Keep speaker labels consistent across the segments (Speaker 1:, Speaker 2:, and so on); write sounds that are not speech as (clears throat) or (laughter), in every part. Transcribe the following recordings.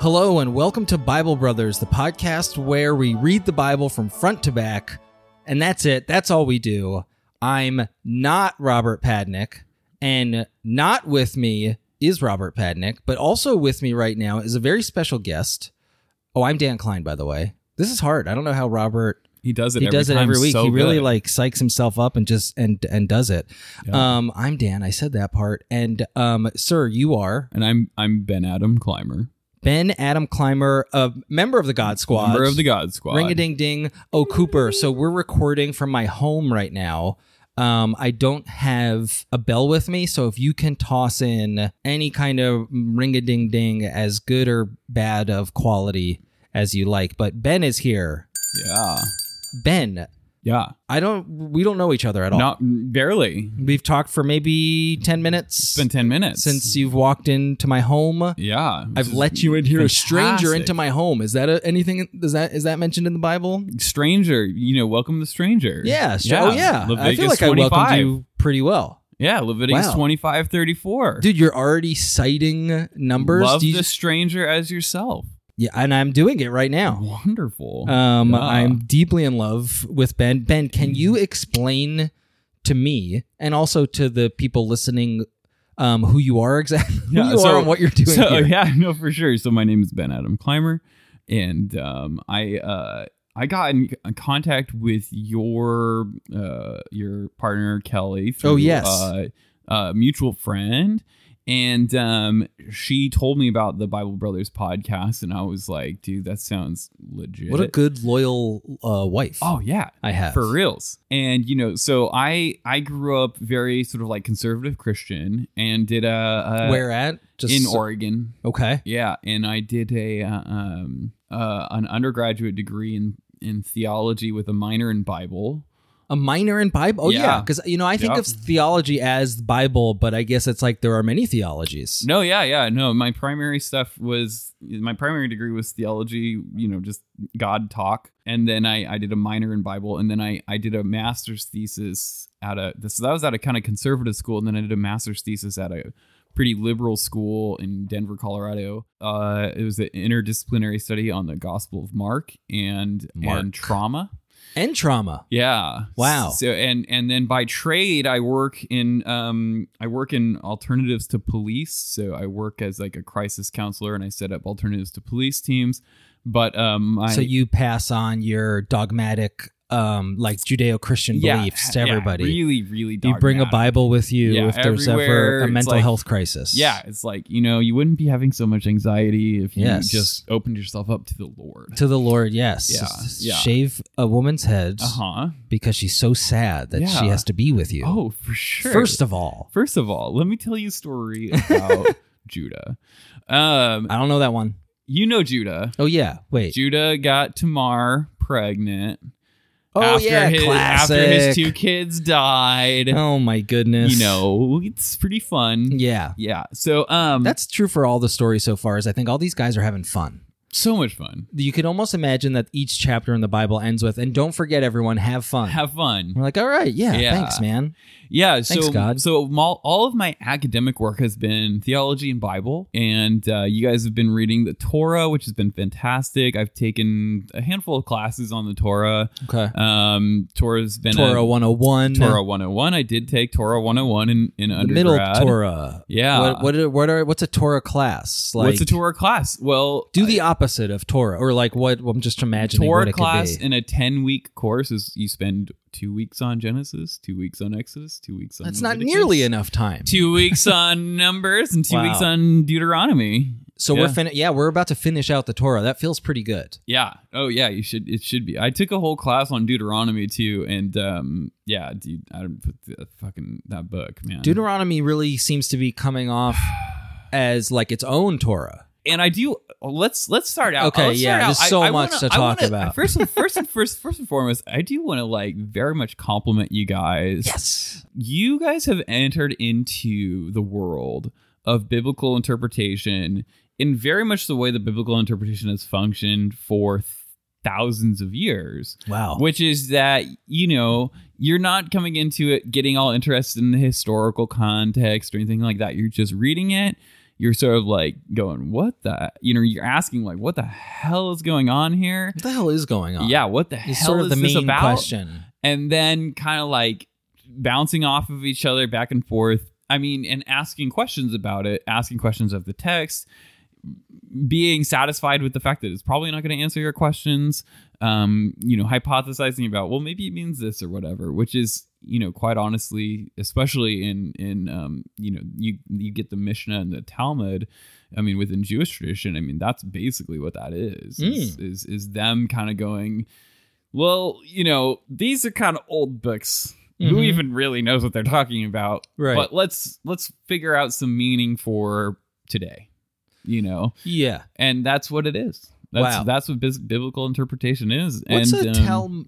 Speaker 1: Hello, and welcome to Bible Brothers, the podcast where we read the Bible from front to back. And that's it. That's all we do. I'm not Robert Padnick, and not with me is Robert Padnick, but also with me right now is a very special guest. Oh, I'm Dan Klein, by the way. This is hard. I don't know how Robert
Speaker 2: He does it.
Speaker 1: he
Speaker 2: every
Speaker 1: does it
Speaker 2: time
Speaker 1: every week.
Speaker 2: so
Speaker 1: he really
Speaker 2: good.
Speaker 1: like psychs himself up and just and and does it.
Speaker 2: Yeah.
Speaker 1: Um, I'm Dan. I said that part. And um, sir, you are
Speaker 2: And I'm I'm Ben Adam Clymer,
Speaker 1: Ben Adam Clymer, a member of the God Squad.
Speaker 2: member of the God Squad.
Speaker 1: Ring a ding ding. Oh, Cooper. So we're recording from my home right now. Um, I don't have a bell with me, so if you can toss in any kind of ring a ding ding, as good or bad of quality as you like. But Ben is here.
Speaker 2: Yeah,
Speaker 1: Ben,
Speaker 2: yeah.
Speaker 1: I don't. We don't know each other at all.
Speaker 2: Not barely.
Speaker 1: We've talked for maybe ten minutes
Speaker 2: It's been ten minutes
Speaker 1: since you've walked into my home.
Speaker 2: Yeah, which
Speaker 1: I've
Speaker 2: is
Speaker 1: let you in here, a stranger,
Speaker 2: fantastic.
Speaker 1: into my home. Is that a, anything? Is that is that mentioned in the Bible?
Speaker 2: stranger. You know, welcome the stranger.
Speaker 1: Yeah, stra- oh, yeah. I
Speaker 2: Leviticus
Speaker 1: feel like I
Speaker 2: 25.
Speaker 1: welcomed you pretty well,
Speaker 2: Yeah, Leviticus
Speaker 1: Wow.
Speaker 2: twenty five thirty four.
Speaker 1: dude. You're already citing numbers.
Speaker 2: Love
Speaker 1: Do you-
Speaker 2: the stranger as yourself.
Speaker 1: yeah, and I'm doing it right now.
Speaker 2: Wonderful.
Speaker 1: Um,
Speaker 2: Yeah. Mm.
Speaker 1: I'm deeply in love with Ben. Ben, can you explain to me and also to the people listening um, who you are exactly, (laughs) who
Speaker 2: Yeah,
Speaker 1: you
Speaker 2: so-
Speaker 1: are, and what you're doing
Speaker 2: (laughs) so
Speaker 1: here?
Speaker 2: yeah no for sure so my name is ben adam clymer and um, i uh, i got in contact with your uh, your partner kelly through,
Speaker 1: Oh, yes.
Speaker 2: uh, a mutual friend and um, she told me about the bible brothers podcast and i was like dude that sounds legit
Speaker 1: What a good loyal uh, wife
Speaker 2: oh yeah
Speaker 1: I have.
Speaker 2: for reals and you know so i i grew up very sort of like conservative christian and did a, a
Speaker 1: Where at? Just
Speaker 2: in oregon
Speaker 1: okay.
Speaker 2: yeah, and I did a uh, um uh an undergraduate degree in in theology with a minor in Bible.
Speaker 1: A minor in Bible. Oh yeah,
Speaker 2: Yeah.
Speaker 1: because you know I think
Speaker 2: Yep.
Speaker 1: of theology as Bible, but I guess it's like there are many theologies.
Speaker 2: No, yeah, yeah, no. My primary stuff was my primary degree was theology. You know, just God talk, and then I I did a minor in Bible, and then I I did a master's thesis at a so that was at a kind of conservative school, and then I did a master's thesis at a pretty liberal school in Denver, Colorado. Uh, it was an interdisciplinary study on the Gospel of Mark and
Speaker 1: Mark.
Speaker 2: and trauma.
Speaker 1: and trauma.
Speaker 2: Yeah.
Speaker 1: Wow.
Speaker 2: So and and then by trade I work in um I work in alternatives to police. So I work as like a crisis counselor and I set up alternatives to police teams. But um I
Speaker 1: so you pass on your dogmatic, um, like Judeo-Christian beliefs to
Speaker 2: yeah,
Speaker 1: everybody.
Speaker 2: really really
Speaker 1: you bring a
Speaker 2: dogmatic.
Speaker 1: Bible with you
Speaker 2: Yeah,
Speaker 1: if there's
Speaker 2: everywhere,
Speaker 1: ever a
Speaker 2: it's
Speaker 1: mental
Speaker 2: like-
Speaker 1: health crisis.
Speaker 2: Yeah, it's like, you know, you wouldn't be having so much anxiety if you
Speaker 1: Yes.
Speaker 2: just opened yourself up to the Lord.
Speaker 1: To the Lord, yes.
Speaker 2: Yeah,
Speaker 1: S-
Speaker 2: yeah.
Speaker 1: Shave a woman's head
Speaker 2: Uh-huh.
Speaker 1: because she's so sad that she
Speaker 2: Yeah.
Speaker 1: has to be with you.
Speaker 2: Oh, for sure.
Speaker 1: First of all,
Speaker 2: First of all, let me tell you a story about
Speaker 1: (laughs)
Speaker 2: Judah. Um
Speaker 1: I don't know that one.
Speaker 2: you know Judah.
Speaker 1: Oh yeah, wait.
Speaker 2: Judah got Tamar pregnant.
Speaker 1: oh
Speaker 2: after
Speaker 1: yeah,
Speaker 2: his,
Speaker 1: classic.
Speaker 2: After his two kids died.
Speaker 1: oh my goodness.
Speaker 2: You know, it's pretty fun.
Speaker 1: Yeah.
Speaker 2: Yeah. So um
Speaker 1: That's true for all the stories so far. Is I think all these guys are having fun.
Speaker 2: so much fun.
Speaker 1: you could almost imagine that each chapter in the Bible ends with, and don't forget, everyone, have fun.
Speaker 2: Have fun.
Speaker 1: We're like, all right, yeah,
Speaker 2: Yeah.
Speaker 1: thanks, man.
Speaker 2: Yeah. So,
Speaker 1: Thanks, God.
Speaker 2: so all, all of my academic work has been theology and Bible, and uh, you guys have been reading the Torah, which has been fantastic. I've taken a handful of classes on the Torah.
Speaker 1: Okay.
Speaker 2: Um, Torah's been
Speaker 1: Torah
Speaker 2: a,
Speaker 1: 101.
Speaker 2: Torah 101. I did take Torah 101 in, in
Speaker 1: the
Speaker 2: undergrad.
Speaker 1: middle Torah.
Speaker 2: Yeah.
Speaker 1: What, what, are, what are, what's a Torah class? Like,
Speaker 2: What's a Torah class? Well,
Speaker 1: Do the opposite of Torah, or like what I'm just imagining what
Speaker 2: Torah
Speaker 1: it
Speaker 2: class
Speaker 1: could be.
Speaker 2: in a 10 week course is you spend two weeks on Genesis, two weeks on Exodus, two weeks on.
Speaker 1: That's not
Speaker 2: Leviticus,
Speaker 1: nearly enough time.
Speaker 2: Two
Speaker 1: (laughs)
Speaker 2: weeks on Numbers and two
Speaker 1: Wow.
Speaker 2: weeks on Deuteronomy.
Speaker 1: So
Speaker 2: yeah.
Speaker 1: we're fin- yeah, we're about to finish out the Torah. That feels pretty good.
Speaker 2: Yeah. Oh, yeah. You should. It should be. I took a whole class on Deuteronomy too, and um, yeah, dude, I don't put the fucking that book, man.
Speaker 1: Deuteronomy really seems to be coming off as like its own Torah.
Speaker 2: and I do. Let's let's start out.
Speaker 1: Okay,
Speaker 2: let's
Speaker 1: yeah,
Speaker 2: start out-
Speaker 1: there's so much
Speaker 2: wanna-
Speaker 1: to
Speaker 2: I
Speaker 1: talk
Speaker 2: wanna-
Speaker 1: about.
Speaker 2: First,
Speaker 1: (laughs)
Speaker 2: and- first and first, first and foremost, I do want to like very much compliment you guys.
Speaker 1: Yes.
Speaker 2: you guys have entered into the world of biblical interpretation in very much the way the biblical interpretation has functioned for th- thousands of years
Speaker 1: Wow.
Speaker 2: which is that you know you're not coming into it getting all interested in the historical context or anything like that you're just reading it you're sort of like going, what the, you know, you're asking like, what the hell is going on here?
Speaker 1: What the hell is going on?
Speaker 2: Yeah, what the
Speaker 1: It's
Speaker 2: hell
Speaker 1: sort
Speaker 2: is
Speaker 1: of the
Speaker 2: this
Speaker 1: main
Speaker 2: about?
Speaker 1: question.
Speaker 2: and then kind of like bouncing off of each other back and forth. I mean, and asking questions about it, asking questions of the text, being satisfied with the fact that it's probably not going to answer your questions, um, you know, hypothesizing about, well, maybe it means this or whatever, which is, you know, quite honestly, especially in in um, you know, you you get the Mishnah and the Talmud. I mean, within Jewish tradition, I mean, that's basically what that is. Is, is is them kind of going, well, you know, these are kind of old books. Who
Speaker 1: Mhm.
Speaker 2: even really knows what they're talking about?
Speaker 1: Right.
Speaker 2: Mm-hmm. But let's let's figure out some meaning for today. You know,
Speaker 1: Yeah.
Speaker 2: and that's what it is. That's
Speaker 1: Wow.
Speaker 2: that's what bis- biblical interpretation is.
Speaker 1: What's
Speaker 2: and,
Speaker 1: a
Speaker 2: um,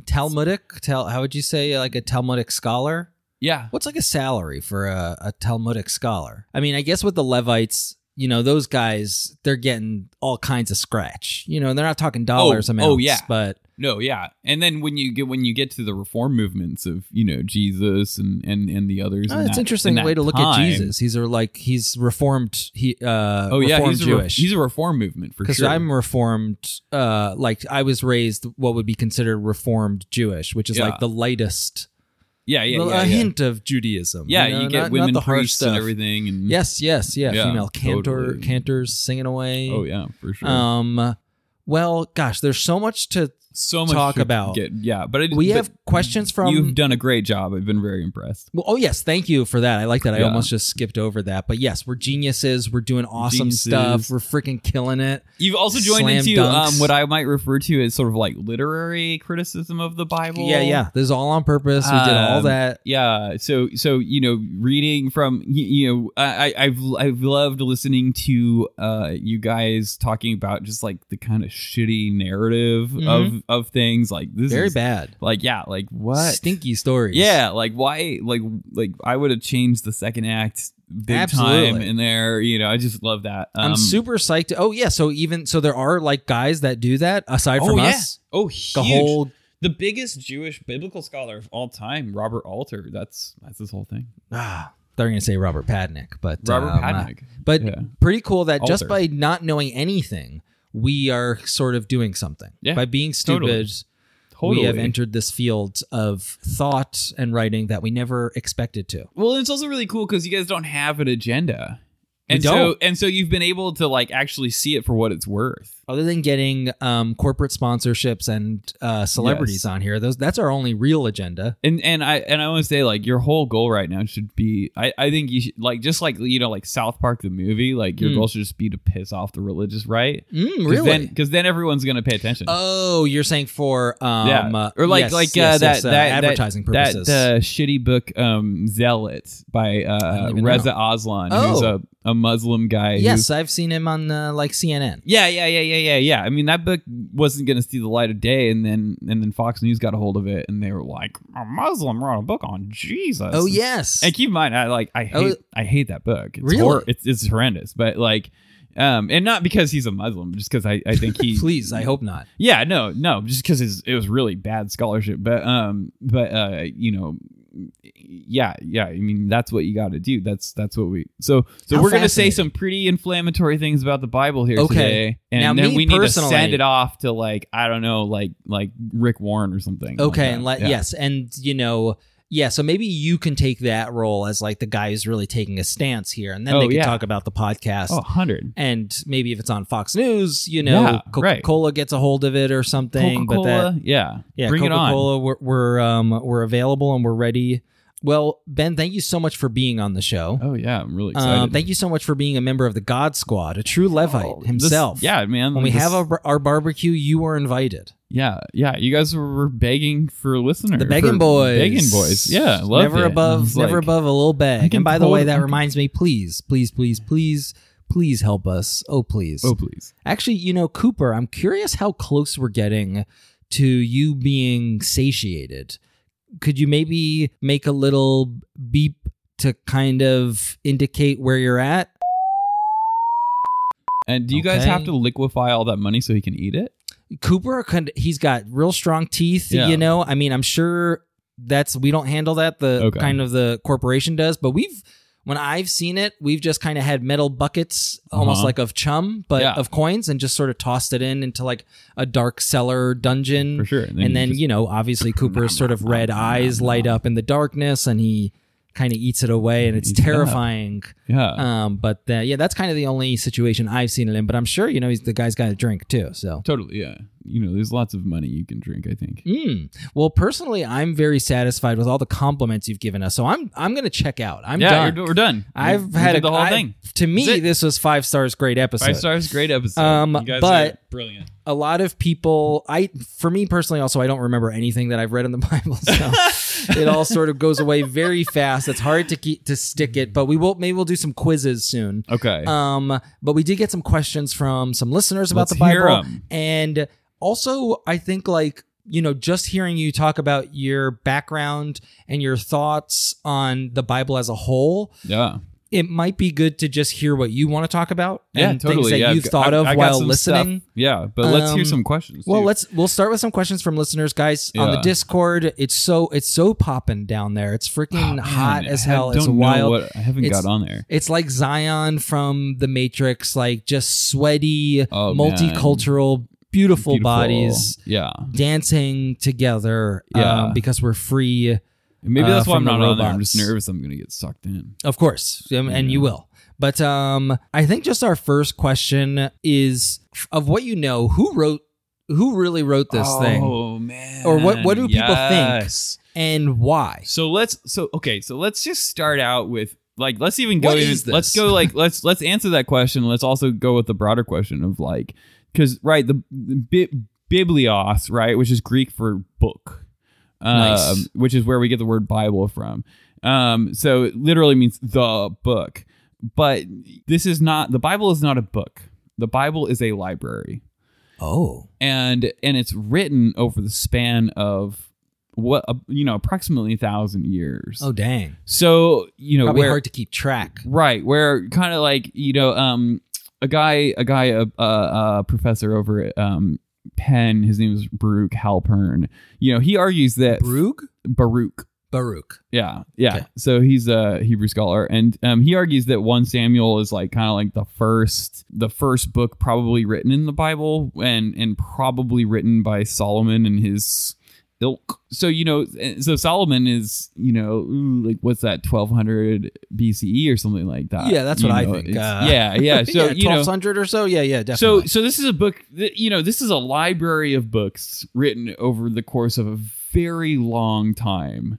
Speaker 1: tel- Talmudic? Tel- how would you say uh, like a Talmudic scholar?
Speaker 2: Yeah,
Speaker 1: What's like a salary for a, a Talmudic scholar? I mean, I guess with the Levites, you know, those guys they're getting all kinds of scratch. You know, they're not talking dollars
Speaker 2: Oh,
Speaker 1: amounts.
Speaker 2: oh, yeah.
Speaker 1: but
Speaker 2: No, yeah, and then when you get when you get to the reform movements of you know Jesus and and and the others,
Speaker 1: oh,
Speaker 2: in
Speaker 1: it's
Speaker 2: that-
Speaker 1: interesting
Speaker 2: in that
Speaker 1: way to look at
Speaker 2: time-
Speaker 1: Jesus. He's a, like he's reformed. He uh,
Speaker 2: Oh yeah,
Speaker 1: reformed
Speaker 2: he's a, re-
Speaker 1: Jewish.
Speaker 2: he's a reform movement for
Speaker 1: because
Speaker 2: sure.
Speaker 1: I'm reformed. Uh, like I was raised what would be considered reformed Jewish, which is
Speaker 2: Yeah.
Speaker 1: like the lightest,
Speaker 2: yeah, yeah,
Speaker 1: the-
Speaker 2: yeah,
Speaker 1: a
Speaker 2: yeah.
Speaker 1: hint of Judaism.
Speaker 2: Yeah,
Speaker 1: you,
Speaker 2: you,
Speaker 1: know,
Speaker 2: get
Speaker 1: not- not
Speaker 2: women
Speaker 1: the harsh
Speaker 2: priests and
Speaker 1: stuff.
Speaker 2: everything, and
Speaker 1: Yes, yes, yeah.
Speaker 2: Yeah,
Speaker 1: Female cantor,
Speaker 2: totally.
Speaker 1: cantors singing away.
Speaker 2: oh yeah, for sure.
Speaker 1: Um, well, gosh, there's so much to.
Speaker 2: so much
Speaker 1: talk
Speaker 2: to
Speaker 1: about.
Speaker 2: Get, yeah, but I,
Speaker 1: We
Speaker 2: but
Speaker 1: have questions from.
Speaker 2: You've done a great job. I've been very impressed.
Speaker 1: well, oh yes, thank you for that. I like that. I
Speaker 2: Yeah.
Speaker 1: almost just skipped over that, but yes, we're geniuses. We're doing awesome
Speaker 2: Geniuses.
Speaker 1: stuff. We're freaking killing it.
Speaker 2: You've also joined
Speaker 1: Slam
Speaker 2: into um,
Speaker 1: dunks.
Speaker 2: what I might refer to as sort of like literary criticism of the Bible.
Speaker 1: yeah, yeah. This is all on purpose. We did all
Speaker 2: Um,
Speaker 1: that.
Speaker 2: yeah so so you know reading from you, you know I, I- i've i've loved listening to uh you guys talking about just like the kind of shitty narrative of of things like this
Speaker 1: Very
Speaker 2: is,
Speaker 1: bad.
Speaker 2: like yeah like what
Speaker 1: Stinky stories.
Speaker 2: yeah like why like like i would have changed the second act big time
Speaker 1: Absolutely.
Speaker 2: in there you know i just love that
Speaker 1: I'm
Speaker 2: Um,
Speaker 1: super psyched. Oh yeah, so even so, there are like guys that do that aside
Speaker 2: oh
Speaker 1: from
Speaker 2: yeah
Speaker 1: us.
Speaker 2: oh huge.
Speaker 1: The whole
Speaker 2: the biggest jewish biblical scholar of all time robert alter that's that's his whole thing
Speaker 1: ah, they're gonna say Robert Padnick, but
Speaker 2: robert
Speaker 1: um,
Speaker 2: Padnick.
Speaker 1: But
Speaker 2: Yeah.
Speaker 1: pretty cool that just
Speaker 2: Alter.
Speaker 1: by not knowing anything, we are sort of doing something.
Speaker 2: Yeah,
Speaker 1: by being stupid,
Speaker 2: totally.
Speaker 1: we have entered this field of thought and writing that we never expected to.
Speaker 2: Well, it's also really cool because you guys don't have an agenda.
Speaker 1: We
Speaker 2: And so
Speaker 1: don't.
Speaker 2: and so you've been able to like actually see it for what it's worth.
Speaker 1: Other than getting um, corporate sponsorships and uh, celebrities
Speaker 2: Yes.
Speaker 1: on here, those that's our only real agenda.
Speaker 2: And and I and I want to say like your whole goal right now should be I, I think you should like just like you know like South Park the movie like your
Speaker 1: Mm.
Speaker 2: goal should just be to piss off the religious right
Speaker 1: Mm,
Speaker 2: Cause
Speaker 1: really?
Speaker 2: then, cuz then everyone's going to pay attention.
Speaker 1: Oh, you're saying for um uh,
Speaker 2: or like
Speaker 1: yes,
Speaker 2: like uh,
Speaker 1: yes,
Speaker 2: that,
Speaker 1: yes, uh,
Speaker 2: that
Speaker 1: advertising
Speaker 2: that,
Speaker 1: purposes.
Speaker 2: that uh, shitty book um Zealot by uh
Speaker 1: don't even
Speaker 2: Reza
Speaker 1: know.
Speaker 2: Aslan who's
Speaker 1: Oh.
Speaker 2: a, a Muslim guy who
Speaker 1: yes, I've seen him on uh, like CNN.
Speaker 2: Yeah, yeah, yeah, yeah, yeah, yeah. I mean, that book wasn't going to see the light of day, and then and then Fox News got a hold of it, and they were like, "A Muslim wrote a book on Jesus."
Speaker 1: Oh yes.
Speaker 2: And keep in mind, I like I hate
Speaker 1: Oh.
Speaker 2: I hate that book. It's
Speaker 1: Really?
Speaker 2: it's, it's horrendous, but like, um, and not because he's a Muslim, just because I I think
Speaker 1: (laughs)
Speaker 2: he
Speaker 1: Please, I hope not.
Speaker 2: yeah, no, no, just because it was really bad scholarship, but um, but uh, you know, yeah, yeah. I mean, that's what you got to do. That's that's what we. So so
Speaker 1: How
Speaker 2: we're gonna say
Speaker 1: fascinating.
Speaker 2: some pretty inflammatory things about the Bible here
Speaker 1: Okay.
Speaker 2: today, and
Speaker 1: Now,
Speaker 2: then
Speaker 1: me
Speaker 2: we need to
Speaker 1: personally-
Speaker 2: send it off to like I don't know, like like Rick Warren or something.
Speaker 1: Okay,
Speaker 2: like
Speaker 1: and let
Speaker 2: that.
Speaker 1: yes, and you know, yeah, so maybe you can take that role as like the guy who's really taking a stance here and then
Speaker 2: Oh,
Speaker 1: they can
Speaker 2: yeah.
Speaker 1: talk about the podcast.
Speaker 2: Oh, 100.
Speaker 1: And maybe if it's on Fox News, you know,
Speaker 2: Yeah, right.
Speaker 1: Coca-Cola gets a hold of it or something, but that
Speaker 2: Coca-Cola, yeah,
Speaker 1: Yeah,
Speaker 2: bring it on.
Speaker 1: Coca-Cola, We're, we're um we're available and we're ready. Well, Ben, thank you so much for being on the show.
Speaker 2: Oh yeah, I'm really excited.
Speaker 1: Um, thank you so much for being a member of the God Squad, a true Levite
Speaker 2: Oh, this-
Speaker 1: himself.
Speaker 2: yeah, man.
Speaker 1: When we
Speaker 2: this-
Speaker 1: have our, our barbecue, you are invited.
Speaker 2: Yeah, yeah. You guys were were begging for listeners.
Speaker 1: The Begging
Speaker 2: for
Speaker 1: Boys.
Speaker 2: Begging Boys. Yeah, loved
Speaker 1: Never
Speaker 2: it. I
Speaker 1: above,
Speaker 2: was
Speaker 1: never
Speaker 2: like,
Speaker 1: above a little
Speaker 2: I
Speaker 1: bag.
Speaker 2: can
Speaker 1: And by the
Speaker 2: pull
Speaker 1: way,
Speaker 2: it- I
Speaker 1: that
Speaker 2: can-
Speaker 1: reminds me, please, please, please, please, please help us. Oh, please.
Speaker 2: Oh please.
Speaker 1: Actually, you know, Cooper, I'm curious how close we're getting to you being satiated. Could you maybe make a little beep to kind of indicate where you're at?
Speaker 2: And do you guys
Speaker 1: Okay.
Speaker 2: have to liquefy all that money so he can eat it?
Speaker 1: Cooper, could- he's got real strong teeth,
Speaker 2: Yeah.
Speaker 1: you know? I mean, I'm sure that's we don't handle that the
Speaker 2: Okay.
Speaker 1: kind of the corporation does, but we've when I've seen it, we've just kind of had metal buckets, almost
Speaker 2: Uh-huh.
Speaker 1: like of chum, but
Speaker 2: Yeah.
Speaker 1: of coins, and just sort of tossed it in into like a dark cellar dungeon.
Speaker 2: for sure.
Speaker 1: and then
Speaker 2: you just-
Speaker 1: you know
Speaker 2: (clears throat)
Speaker 1: obviously cooper's sort of red eyes light up in the darkness and he kind of eats it away and it's
Speaker 2: Eats it up. Uh-huh.
Speaker 1: terrifying
Speaker 2: yeah.
Speaker 1: um but uh, yeah that's kind of the only situation i've seen it in but i'm sure you know he's the guy's got a drink too so
Speaker 2: Totally, yeah. You know, there's lots of money you can drink, I think.
Speaker 1: Mm. Well, personally, I'm very satisfied with all the compliments you've given us. So I'm I'm gonna check out. I'm done.
Speaker 2: yeah, you're- we're done. We-
Speaker 1: I've
Speaker 2: we
Speaker 1: had
Speaker 2: did
Speaker 1: a,
Speaker 2: the whole
Speaker 1: I- (laughs)
Speaker 2: thing.
Speaker 1: To
Speaker 2: That's
Speaker 1: me,
Speaker 2: it.
Speaker 1: this was five stars. Great episode.
Speaker 2: Five stars, great episode.
Speaker 1: Um,
Speaker 2: you guys
Speaker 1: but-
Speaker 2: are brilliant.
Speaker 1: a lot of people i for me personally also i don't remember anything that i've read in the (laughs) bible
Speaker 2: (laughs)
Speaker 1: so it all sort of goes away very fast it's hard to keep to stick it but we will maybe we'll do some quizzes soon
Speaker 2: Okay.
Speaker 1: um but we did get some questions from some listeners about
Speaker 2: Let's
Speaker 1: the
Speaker 2: hear
Speaker 1: bible
Speaker 2: 'em.
Speaker 1: and also i think like you know just hearing you talk about your background and your thoughts on the bible as a whole
Speaker 2: yeah.
Speaker 1: it might be good to just hear what you want to talk about
Speaker 2: Yeah,
Speaker 1: and
Speaker 2: totally.
Speaker 1: things that
Speaker 2: yeah,
Speaker 1: you've
Speaker 2: I've-
Speaker 1: thought
Speaker 2: I've-
Speaker 1: of
Speaker 2: I got
Speaker 1: while
Speaker 2: some
Speaker 1: listening
Speaker 2: Stuff. Yeah, but let's hear
Speaker 1: Um,
Speaker 2: some questions.
Speaker 1: well,
Speaker 2: too.
Speaker 1: let's we'll start with some questions from listeners, guys, on the
Speaker 2: Yeah.
Speaker 1: Discord. It's so it's so popping down there. It's freaking
Speaker 2: Man,
Speaker 1: hot as
Speaker 2: I
Speaker 1: hell.
Speaker 2: don't
Speaker 1: It's
Speaker 2: know
Speaker 1: wild.
Speaker 2: what- I haven't
Speaker 1: It's-
Speaker 2: got on there.
Speaker 1: it's like Zion from The Matrix, like just sweaty,
Speaker 2: Oh, man.
Speaker 1: multicultural, beautiful,
Speaker 2: Beautiful.
Speaker 1: bodies
Speaker 2: Yeah.
Speaker 1: dancing together
Speaker 2: Yeah.
Speaker 1: um, because we're free.
Speaker 2: Maybe
Speaker 1: uh,
Speaker 2: that's why I'm
Speaker 1: from the
Speaker 2: not on there. I'm
Speaker 1: robots.
Speaker 2: just nervous I'm going to get sucked in.
Speaker 1: Of course, um, and you will. But um, I think just our first question is of what you know. Who wrote? Who really wrote this thing,
Speaker 2: Oh, man.
Speaker 1: Or what- what do people think?
Speaker 2: Yes.
Speaker 1: and why?
Speaker 2: So let's so okay, so let's just start out with like let's even go
Speaker 1: What
Speaker 2: even-
Speaker 1: is this?
Speaker 2: let's go like (laughs) let's let's answer that question. Let's also go with the broader question of like cuz right the, the bi- biblios, right, which is Greek for book. Um
Speaker 1: Nice.
Speaker 2: which is where we get the word Bible from. Um so it literally means the book. But this is not the Bible is not a book. The Bible is a library
Speaker 1: Oh,
Speaker 2: and and it's written over the span of what uh, you know approximately a thousand years
Speaker 1: oh, dang.
Speaker 2: so you know
Speaker 1: probably
Speaker 2: where
Speaker 1: hard to keep track.
Speaker 2: right where kind of like you know um a guy a guy a, a, a professor over at um penn his name is baruch halpern you know he argues that
Speaker 1: Brug?
Speaker 2: baruch
Speaker 1: Baruch.
Speaker 2: yeah yeah
Speaker 1: Okay.
Speaker 2: so he's a hebrew scholar and um he argues that one samuel is like kind of like the first the first book probably written in the bible and and probably written by solomon and his ilk so you know eh, so solomon is you know ooh, like what's that 1200 bce E or something like that
Speaker 1: Yeah, that's what
Speaker 2: Uh, You
Speaker 1: I
Speaker 2: know,
Speaker 1: think.
Speaker 2: it's-
Speaker 1: Uh,
Speaker 2: yeah
Speaker 1: (laughs)
Speaker 2: yeah so you know
Speaker 1: 1200 or so? Yeah, yeah,
Speaker 2: so
Speaker 1: definitely.
Speaker 2: so this is a book that, you know this is a library of books written over the course of a very long time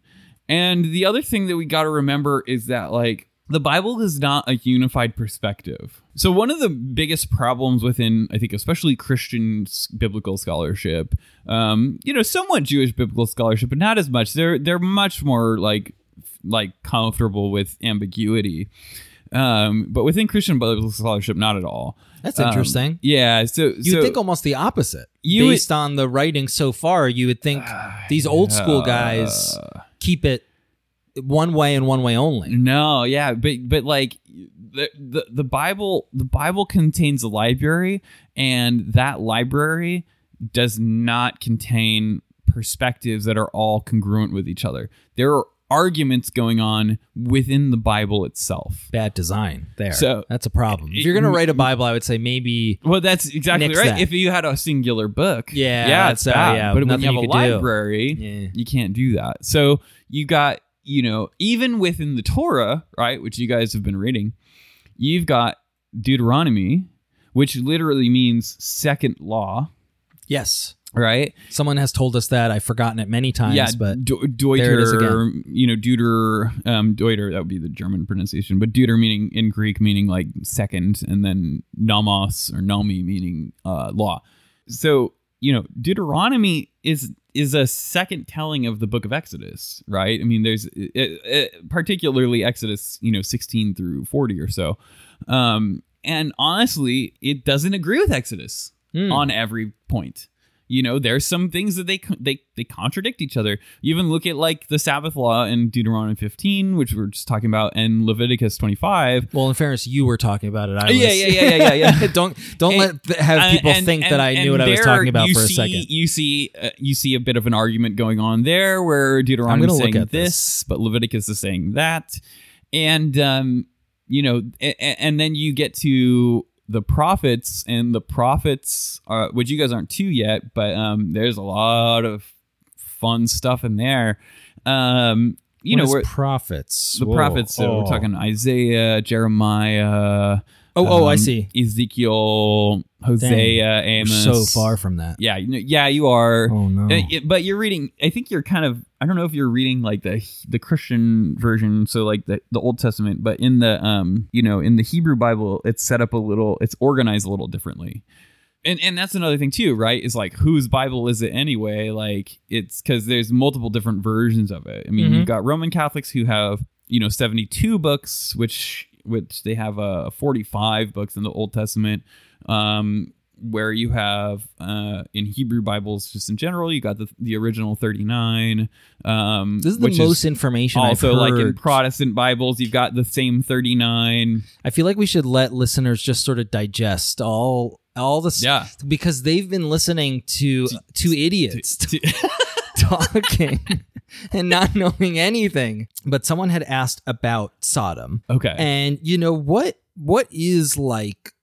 Speaker 2: and the other thing that we got to remember is that like the bible is not a unified perspective so one of the biggest problems within i think especially christian s- biblical scholarship um you know somewhat jewish biblical scholarship but not as much they're they're much more like f- like comfortable with ambiguity um but within christian biblical scholarship not at all
Speaker 1: That's
Speaker 2: um,
Speaker 1: interesting.
Speaker 2: yeah, so
Speaker 1: you
Speaker 2: so
Speaker 1: would think almost the opposite.
Speaker 2: You would- Ah,
Speaker 1: Based on the writing so far, you would think these old school guys keep it one way and one way only.
Speaker 2: No, yeah, but but like the, the the Bible the Bible contains a library, and that library does not contain perspectives that are all congruent with each other. There are arguments going on within the Bible itself.
Speaker 1: Bad design there.
Speaker 2: So-
Speaker 1: That's a problem. If you're going to write a Bible, I would say maybe.
Speaker 2: Well, that's exactly
Speaker 1: Nix
Speaker 2: right.
Speaker 1: that.
Speaker 2: If you had a singular book,
Speaker 1: Yeah,
Speaker 2: yeah,
Speaker 1: that's
Speaker 2: it's bad.
Speaker 1: bad. Yeah,
Speaker 2: but when
Speaker 1: nothing
Speaker 2: you have
Speaker 1: you
Speaker 2: a
Speaker 1: could do.
Speaker 2: library,
Speaker 1: Yeah.
Speaker 2: you can't do that. So you got, you know, even within the Torah, right, which you guys have been reading, you've got Deuteronomy, which literally means second law,
Speaker 1: Yes.
Speaker 2: right?
Speaker 1: Someone has told us that. I've forgotten it many times,
Speaker 2: yeah,
Speaker 1: but
Speaker 2: De-
Speaker 1: there it is
Speaker 2: Deuter, you know, Deuter, um, Deuter, that would be the German pronunciation, but Deuter meaning in Greek meaning like second, and then Nomos or Nomi meaning uh, law. So you know, Deuteronomy is is a second telling of the Book of Exodus, right? I mean, there's it, it, particularly Exodus, you know, 16 through 40 or so, um, and honestly, it doesn't agree with Exodus
Speaker 1: Hmm.
Speaker 2: on every point. You know, there's some things that they con- they they contradict each other. You even look at like the Sabbath law in Deuteronomy 15, which we we're just talking about, and Leviticus 25.
Speaker 1: well, in fairness, you were talking about it. I was.
Speaker 2: Yeah, yeah, yeah, yeah, yeah, yeah.
Speaker 1: (laughs) don't don't
Speaker 2: And-
Speaker 1: let th- have people
Speaker 2: And-
Speaker 1: think that
Speaker 2: and-
Speaker 1: I knew
Speaker 2: and
Speaker 1: what I was
Speaker 2: there
Speaker 1: talking about
Speaker 2: you
Speaker 1: for a
Speaker 2: see-
Speaker 1: second.
Speaker 2: You see, uh, you see a bit of an argument going on there, where
Speaker 1: I'm
Speaker 2: Deuteronomy
Speaker 1: gonna
Speaker 2: is
Speaker 1: look
Speaker 2: saying
Speaker 1: at
Speaker 2: this,
Speaker 1: this.
Speaker 2: but Leviticus is saying that, and um, you know, and, and then you get to the prophets, and the prophets are which you guys aren't to yet, but um, there's a lot of fun stuff in there. Um, you know,
Speaker 1: we're
Speaker 2: we're,
Speaker 1: prophets.
Speaker 2: the
Speaker 1: Whoa.
Speaker 2: prophets. So
Speaker 1: Oh.
Speaker 2: We're talking Isaiah, Jeremiah.
Speaker 1: Oh, oh, I
Speaker 2: um,
Speaker 1: see.
Speaker 2: Ezekiel, Hosea,
Speaker 1: We're
Speaker 2: Amos.
Speaker 1: so far from that.
Speaker 2: Yeah, you know- yeah, you are.
Speaker 1: Oh no.
Speaker 2: Uh, it- but you're reading. I think you're kind of. I don't know if you're reading like the the Christian version, so like the, the Old Testament. But in the um, you know, in the Hebrew Bible, it's set up a little. It's organized a little differently. And and that's another thing too, right? Is like whose Bible is it anyway? Like it's because there's multiple different versions of it. I mean,
Speaker 1: Mhm.
Speaker 2: you've got Roman Catholics who have you know 72 books, which which they have uh 45 books in the Old Testament. Um, where you have uh, in Hebrew Bibles, just in general, you got the, the original 39. Um,
Speaker 1: this is the
Speaker 2: which
Speaker 1: most information
Speaker 2: also
Speaker 1: I've
Speaker 2: like
Speaker 1: heard.
Speaker 2: in Protestant Bibles, you've got the same 39.
Speaker 1: I feel like we should let listeners just sort of digest all all this
Speaker 2: Yeah.
Speaker 1: because they've been listening to two idiots (laughs) talking (laughs) and not knowing anything. But someone had asked about Sodom.
Speaker 2: (laughs) okay.
Speaker 1: And you know what what is like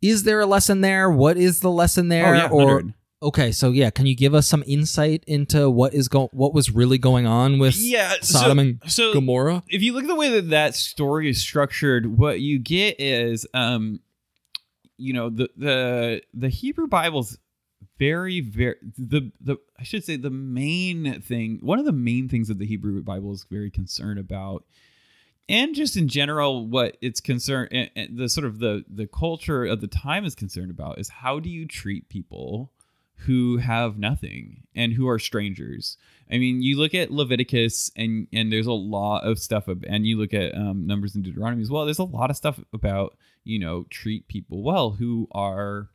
Speaker 1: is there a lesson there? What is the lesson there?
Speaker 2: oh, yeah,
Speaker 1: or
Speaker 2: 100.
Speaker 1: okay, so yeah, can you give us some insight into what is go what was really going on with
Speaker 2: yeah. so-
Speaker 1: Sodom and
Speaker 2: so
Speaker 1: Gomorrah?
Speaker 2: if you look at the way that that story is structured, what you get is, um, you know, the the the Hebrew Bible's very very the the I should say the main thing. One of the main things that the Hebrew Bible is very concerned about, and just in general, what it's concerned, and, and the sort of the the culture of the time is concerned about is how do you treat people who have nothing and who are strangers. I mean, you look at Leviticus and and there's a lot of stuff, ab- and you look at um, Numbers and Deuteronomy as well. There's a lot of stuff about you know treat people well who are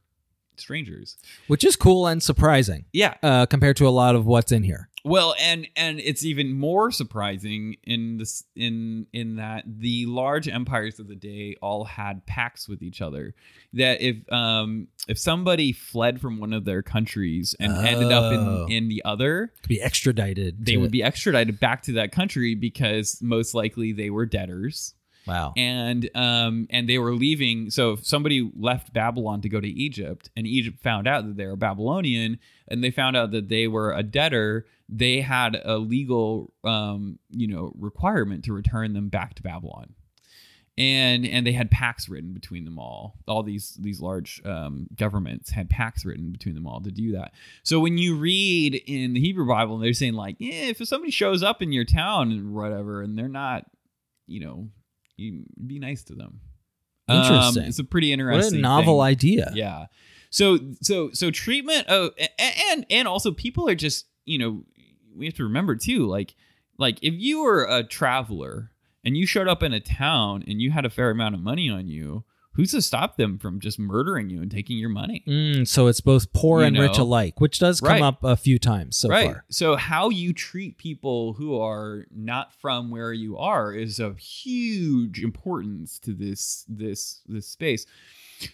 Speaker 2: strangers.
Speaker 1: Which is cool and surprising
Speaker 2: Yeah.
Speaker 1: uh, compared to a lot of what's in here.
Speaker 2: Well, and and it's even more surprising in this in in that the large empires of the day all had pacts with each other. That if um if somebody fled from one of their countries and ended up
Speaker 1: Oh.
Speaker 2: in in the other,
Speaker 1: Could be extradited.
Speaker 2: they
Speaker 1: to-
Speaker 2: would be extradited back to that country because most likely they were debtors
Speaker 1: wow.
Speaker 2: and um and they were leaving so if somebody left babylon to go to egypt and egypt found out that they were babylonian and they found out that they were a debtor they had a legal um you know requirement to return them back to babylon and and they had pacts written between them all all these these large um, governments had pacts written between them all to do that so when you read in the hebrew bible they're saying like yeah if somebody shows up in your town and whatever and they're not you know you be nice to them Um,
Speaker 1: Interesting.
Speaker 2: it's a pretty
Speaker 1: what
Speaker 2: interesting
Speaker 1: a novel
Speaker 2: thing.
Speaker 1: idea.
Speaker 2: yeah so so so treatment of a- and and also people are just you know we have to remember too like like if you were a traveler and you showed up in a town and you had a fair amount of money on you who's to stop them from just murdering you and taking your money
Speaker 1: Mm, so it's both poor
Speaker 2: You
Speaker 1: and rich
Speaker 2: know.
Speaker 1: alike, which does come
Speaker 2: Right.
Speaker 1: up a few times so
Speaker 2: right
Speaker 1: far.
Speaker 2: so how you treat people who are not from where you are is of huge importance to this this this space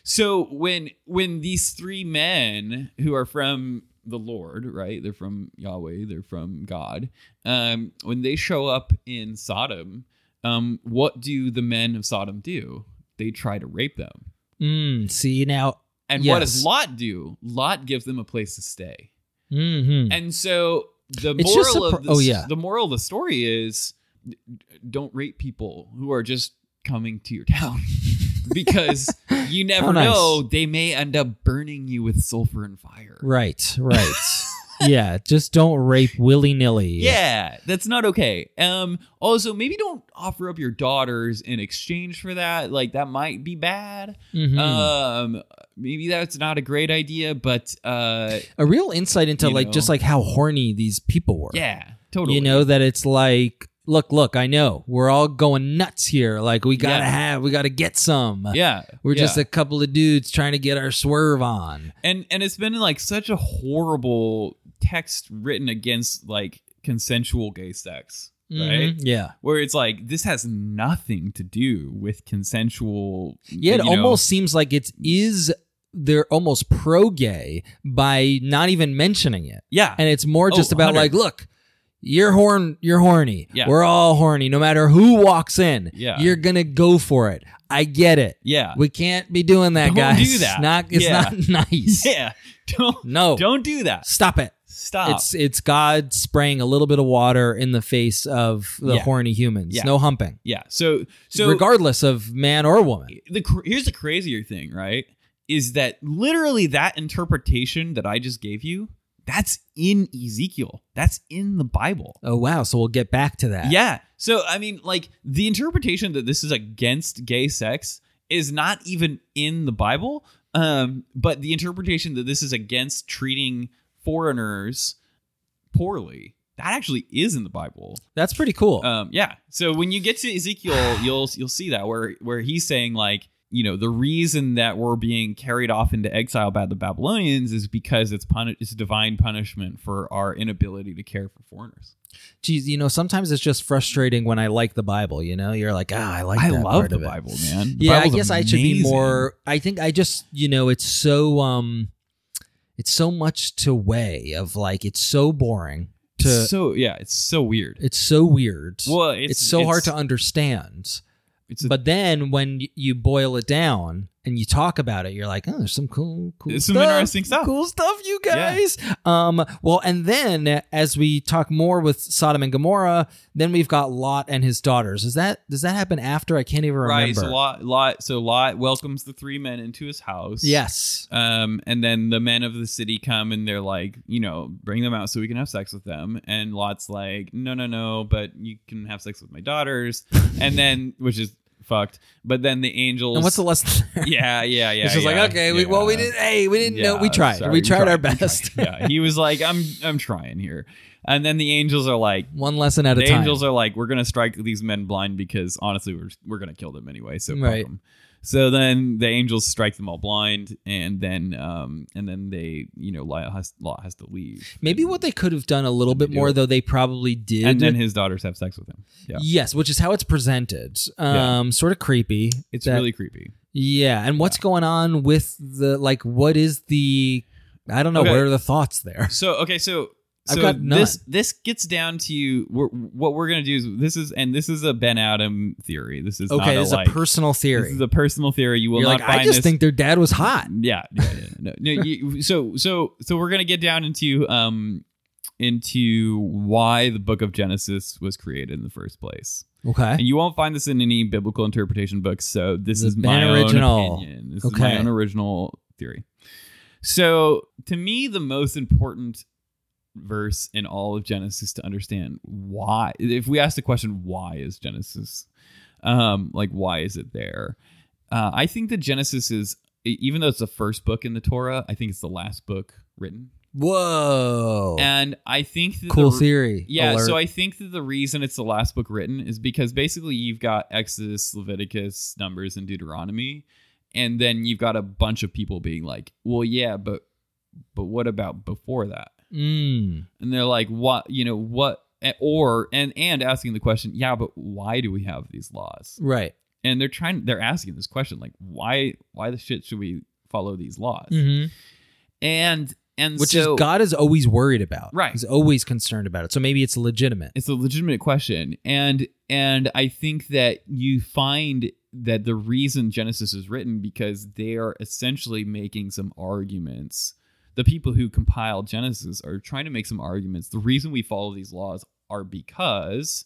Speaker 2: so when when these three men who are from the lord right they're from yahweh they're from god um when they show up in sodom um what do the men of sodom do they try to rape them
Speaker 1: Mm, see now.
Speaker 2: and what does
Speaker 1: Yes.
Speaker 2: lot do lot gives them a place to stay
Speaker 1: hmm
Speaker 2: and so the
Speaker 1: It's just
Speaker 2: moral
Speaker 1: surpri-
Speaker 2: of the,
Speaker 1: oh, yeah.
Speaker 2: the moral of the story is d- don't rape people who are just coming to your town (laughs) because
Speaker 1: (laughs)
Speaker 2: you
Speaker 1: How
Speaker 2: never
Speaker 1: Oh, nice.
Speaker 2: know they may end up burning you with sulfur and fire.
Speaker 1: Right. Right.
Speaker 2: (laughs)
Speaker 1: yeah. Just don't rape willy nilly.
Speaker 2: Yeah, that's not okay. Um also maybe don't offer up your daughters in exchange for that. Like that might be bad.
Speaker 1: Mm-hmm. Hmm.
Speaker 2: Um maybe that's not a great idea, but uh
Speaker 1: a real insight into
Speaker 2: you
Speaker 1: like
Speaker 2: know.
Speaker 1: just like how horny these people were.
Speaker 2: yeah, totally.
Speaker 1: You know that it's like, look, look. I know we're all going nuts here. Like we gotta
Speaker 2: Yeah.
Speaker 1: have, we gotta get some.
Speaker 2: yeah.
Speaker 1: We're
Speaker 2: yeah.
Speaker 1: just a couple of dudes trying to get our swerve on.
Speaker 2: and and it's been like such a horrible text written against like consensual gay sex
Speaker 1: Mhm.
Speaker 2: right
Speaker 1: Yeah.
Speaker 2: where it's like this has nothing to do with consensual
Speaker 1: Yeah, it
Speaker 2: you know-
Speaker 1: almost seems like it is they're almost pro gay by not even mentioning it.
Speaker 2: yeah
Speaker 1: And it's more
Speaker 2: Oh,
Speaker 1: just about
Speaker 2: 100.
Speaker 1: like, look, You're horn. You're horny.
Speaker 2: Yeah.
Speaker 1: We're all horny, no matter who walks in.
Speaker 2: Yeah.
Speaker 1: You're gonna go for it. I get it.
Speaker 2: Yeah.
Speaker 1: We can't be doing that,
Speaker 2: Don't
Speaker 1: guys.
Speaker 2: do
Speaker 1: It's
Speaker 2: that.
Speaker 1: Not. It's
Speaker 2: Yeah.
Speaker 1: not (laughs) nice.
Speaker 2: (laughs) Yeah. Don't
Speaker 1: No.
Speaker 2: don't do that.
Speaker 1: stop it.
Speaker 2: Stop.
Speaker 1: It's it's God spraying a little bit of water in the face of the
Speaker 2: Yeah.
Speaker 1: horny humans.
Speaker 2: Yeah.
Speaker 1: No humping,
Speaker 2: yeah. So so
Speaker 1: regardless of man or woman.
Speaker 2: the cr- here's the crazier thing, right? Is that literally that interpretation that I just gave you? That's in Ezekiel. That's in the Bible.
Speaker 1: Oh wow. So we'll get back to that.
Speaker 2: Yeah. So I mean, like the interpretation that this is against gay sex is not even in the Bible. Um, but the interpretation that this is against treating foreigners poorly that actually is in the Bible.
Speaker 1: That's pretty cool.
Speaker 2: Um, yeah. So when you get to Ezekiel, you'll you'll see that where where he's saying like you know the reason that we're being carried off into exile by the Babylonians is because it's pun- it's divine punishment for our inability to care for foreigners.
Speaker 1: Geez, you know, sometimes it's just frustrating when I like the Bible. You know, you're like, ah, I like.
Speaker 2: I
Speaker 1: that
Speaker 2: love
Speaker 1: part
Speaker 2: the
Speaker 1: of it."
Speaker 2: Bible, man. The
Speaker 1: yeah,
Speaker 2: Bible's
Speaker 1: I guess I should be
Speaker 2: amazing.
Speaker 1: more. I think I just, you know, it's so um, it's so much to weigh of like it's so boring
Speaker 2: It's
Speaker 1: to
Speaker 2: so yeah, it's so weird.
Speaker 1: it's so weird.
Speaker 2: Well, it's,
Speaker 1: it's, so hard to understand.
Speaker 2: It's a,
Speaker 1: but then when y- you boil it down and you talk about it, you're like, oh, there's some cool, cool
Speaker 2: There's some
Speaker 1: stuff,
Speaker 2: interesting
Speaker 1: (laughs)
Speaker 2: stuff.
Speaker 1: cool stuff, you
Speaker 2: Yeah.
Speaker 1: guys. Um, well, and then as we talk more with Sodom and Gomorrah, then we've got Lot and his daughters. Is that does that happen after? I can't even remember.
Speaker 2: right. So Lot, Lot, so Lot welcomes the three men into his house.
Speaker 1: Yes.
Speaker 2: Um, and then the men of the city come and they're like, you know, bring them out so we can have sex with them. And Lot's like, no, no, no, but you can have sex with
Speaker 1: (laughs)
Speaker 2: my daughters. and then, which is fucked. But then the angels.
Speaker 1: And what's the lesson?
Speaker 2: (laughs)
Speaker 1: There?
Speaker 2: Yeah, yeah, yeah.
Speaker 1: it's just
Speaker 2: yeah,
Speaker 1: like okay, we, well, we
Speaker 2: yeah.
Speaker 1: didn't. Hey, we didn't know.
Speaker 2: Yeah,
Speaker 1: We tried.
Speaker 2: sorry,
Speaker 1: we tried our
Speaker 2: we tried.
Speaker 1: best. (laughs)
Speaker 2: yeah, he was like, I'm, I'm trying here. And then the angels are like,
Speaker 1: One lesson at a
Speaker 2: the
Speaker 1: time.
Speaker 2: angels are like, we're gonna strike these men blind because honestly, we're we're gonna kill them anyway. So fuck
Speaker 1: Right.
Speaker 2: 'em. So then the angels strike them all blind, and then um and then they you know Lot has, Lot has to leave.
Speaker 1: Maybe what they could have done a little
Speaker 2: They
Speaker 1: bit
Speaker 2: do
Speaker 1: more,
Speaker 2: it.
Speaker 1: though. They probably did.
Speaker 2: and then his daughters have sex with him. Yeah,
Speaker 1: Yes, which is how it's presented.
Speaker 2: Yeah.
Speaker 1: Um, sort of creepy.
Speaker 2: it's
Speaker 1: that-
Speaker 2: really creepy.
Speaker 1: yeah. And what's going on with the like? What is the? I don't know.
Speaker 2: Okay.
Speaker 1: What are the thoughts there?
Speaker 2: So okay, so.
Speaker 1: I've
Speaker 2: So
Speaker 1: got none.
Speaker 2: this this gets down to we're, what we're gonna do is this is and this is a Ben Adam theory. This is
Speaker 1: Okay,
Speaker 2: not
Speaker 1: this is
Speaker 2: a,
Speaker 1: a
Speaker 2: like,
Speaker 1: personal theory.
Speaker 2: This is a personal theory. You will
Speaker 1: You're
Speaker 2: not
Speaker 1: like,
Speaker 2: find
Speaker 1: I just
Speaker 2: this
Speaker 1: think their dad was hot.
Speaker 2: (laughs) Yeah, yeah, yeah. No, no, you, so so so we're gonna get down into um into why the book of Genesis was created in the first place,
Speaker 1: Okay.
Speaker 2: (laughs) and you won't find this in any biblical interpretation books. So this
Speaker 1: The
Speaker 2: is my
Speaker 1: man original.
Speaker 2: own opinion. This is my
Speaker 1: Okay.
Speaker 2: own original theory. So to me, the most important verse in all of Genesis to understand why, if we ask the question, why is Genesis, um, like why is it there? Uh, I think that Genesis is, e- even though it's the first book in the Torah, I think it's the last book written,
Speaker 1: Whoa.
Speaker 2: and I think that
Speaker 1: cool
Speaker 2: the,
Speaker 1: theory.
Speaker 2: yeah,
Speaker 1: alert.
Speaker 2: so I think that the reason it's the last book written is because basically you've got Exodus, Leviticus, Numbers, and Deuteronomy, and then you've got a bunch of people being like, "Well, yeah, but but what about before that?"
Speaker 1: Mm.
Speaker 2: And they're like, "What? You know what?" eh, Or and and asking the question, "Yeah, but why do we have these laws?"
Speaker 1: Right.
Speaker 2: And they're trying, they're asking this question, like, "Why? Why the shit should we follow these laws?"
Speaker 1: hmm
Speaker 2: And and
Speaker 1: Which
Speaker 2: so,
Speaker 1: is God is always worried about.
Speaker 2: Right.
Speaker 1: He's always concerned about it. So maybe it's legitimate.
Speaker 2: it's a legitimate question and and i think that you find that the reason genesis is written because they are essentially making some arguments the people who compiled genesis are trying to make some arguments the reason we follow these laws are because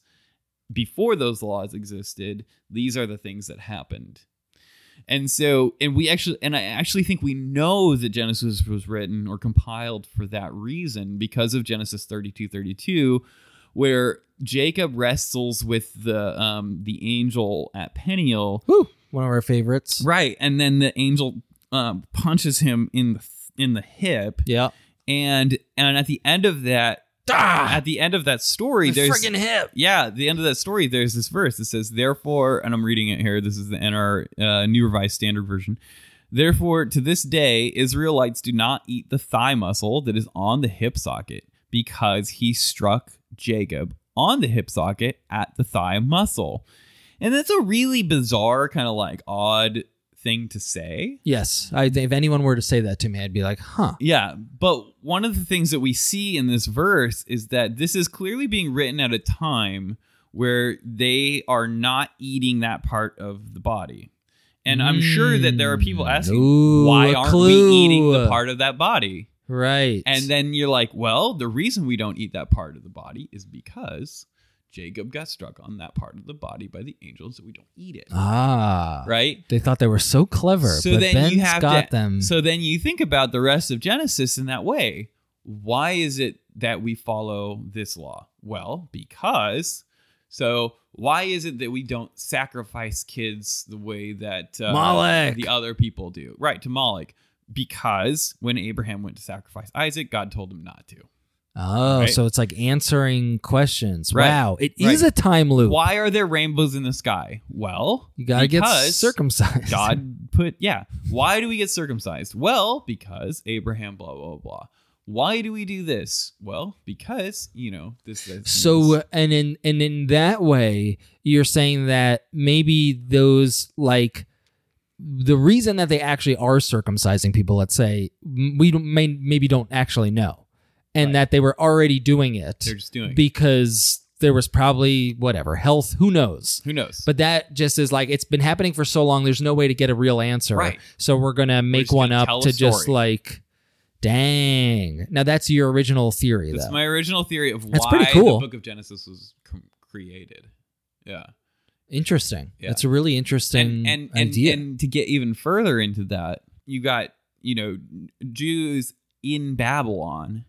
Speaker 2: before those laws existed these are the things that happened and so and we actually and i actually think we know that genesis was written or compiled for that reason because of genesis 32 32 where Jacob wrestles with the um the angel at Peniel,
Speaker 1: Whew. One of our favorites.
Speaker 2: right? And then the angel um, punches him in the in the hip,
Speaker 1: Yeah.
Speaker 2: and and at the end of that,
Speaker 1: Ah,
Speaker 2: at the end of that story,
Speaker 1: my
Speaker 2: there's
Speaker 1: friggin' hip.
Speaker 2: yeah, at the end of that story, there's this verse that says, "Therefore," and I'm reading it here. This is the NR uh, New Revised Standard Version. Therefore, to this day, Israelites do not eat the thigh muscle that is on the hip socket, because he struck Jacob on the hip socket at the thigh muscle, and that's a really bizarre kind of like odd thing to say.
Speaker 1: Yes, I, if anyone were to say that to me, I'd be like, "Huh."
Speaker 2: Yeah, but one of the things that we see in this verse is that this is clearly being written at a time where they are not eating that part of the body. And I'm sure that there are people
Speaker 1: Mm.
Speaker 2: asking,
Speaker 1: Ooh,
Speaker 2: why
Speaker 1: a
Speaker 2: aren't
Speaker 1: clue.
Speaker 2: we eating the part of that body?
Speaker 1: Right.
Speaker 2: And then you're like, well, the reason we don't eat that part of the body is because Jacob got struck on that part of the body by the angels, so we don't eat it.
Speaker 1: ah,
Speaker 2: Right?
Speaker 1: they thought they were so clever, but Ben's got
Speaker 2: to,
Speaker 1: them.
Speaker 2: So then you think about the rest of Genesis in that way. Why is it that we follow this law? Well, because. So why is it that we don't sacrifice kids the way that uh,
Speaker 1: Molech.
Speaker 2: the other people do? Right to Moloch, because when Abraham went to sacrifice Isaac, God told him not to.
Speaker 1: oh,
Speaker 2: right.
Speaker 1: so it's like answering questions.
Speaker 2: Right.
Speaker 1: Wow, it is
Speaker 2: Right.
Speaker 1: a time loop.
Speaker 2: Why are there rainbows in the sky? Well,
Speaker 1: You gotta get
Speaker 2: because
Speaker 1: circumcised.
Speaker 2: (laughs) God put, yeah. Why do we get circumcised? Well, because Abraham, blah, blah, blah. Why do we do this? Well, because, you know, this. this
Speaker 1: (laughs)
Speaker 2: and
Speaker 1: So
Speaker 2: this.
Speaker 1: uh, and in and in that way, you're saying that maybe those like the reason that they actually are circumcising people, let's say, m- we don't, may, maybe don't actually know, and
Speaker 2: Right.
Speaker 1: that they were already doing it
Speaker 2: they're just doing.
Speaker 1: because there was probably whatever health, who knows.
Speaker 2: Who knows?
Speaker 1: But that just is like it's been happening for so long. There's no way to get a real answer,
Speaker 2: Right.
Speaker 1: So we're gonna make
Speaker 2: just gonna
Speaker 1: one
Speaker 2: tell
Speaker 1: up
Speaker 2: a
Speaker 1: to just
Speaker 2: story.
Speaker 1: like, dang. Now that's your original theory,
Speaker 2: that's
Speaker 1: though.
Speaker 2: my original theory of
Speaker 1: That's
Speaker 2: why
Speaker 1: pretty cool.
Speaker 2: the book of Genesis was c- created. Yeah.
Speaker 1: Interesting.
Speaker 2: Yeah.
Speaker 1: That's a really interesting
Speaker 2: and and, and
Speaker 1: idea.
Speaker 2: and to get even further into that, you got you know Jews in Babylon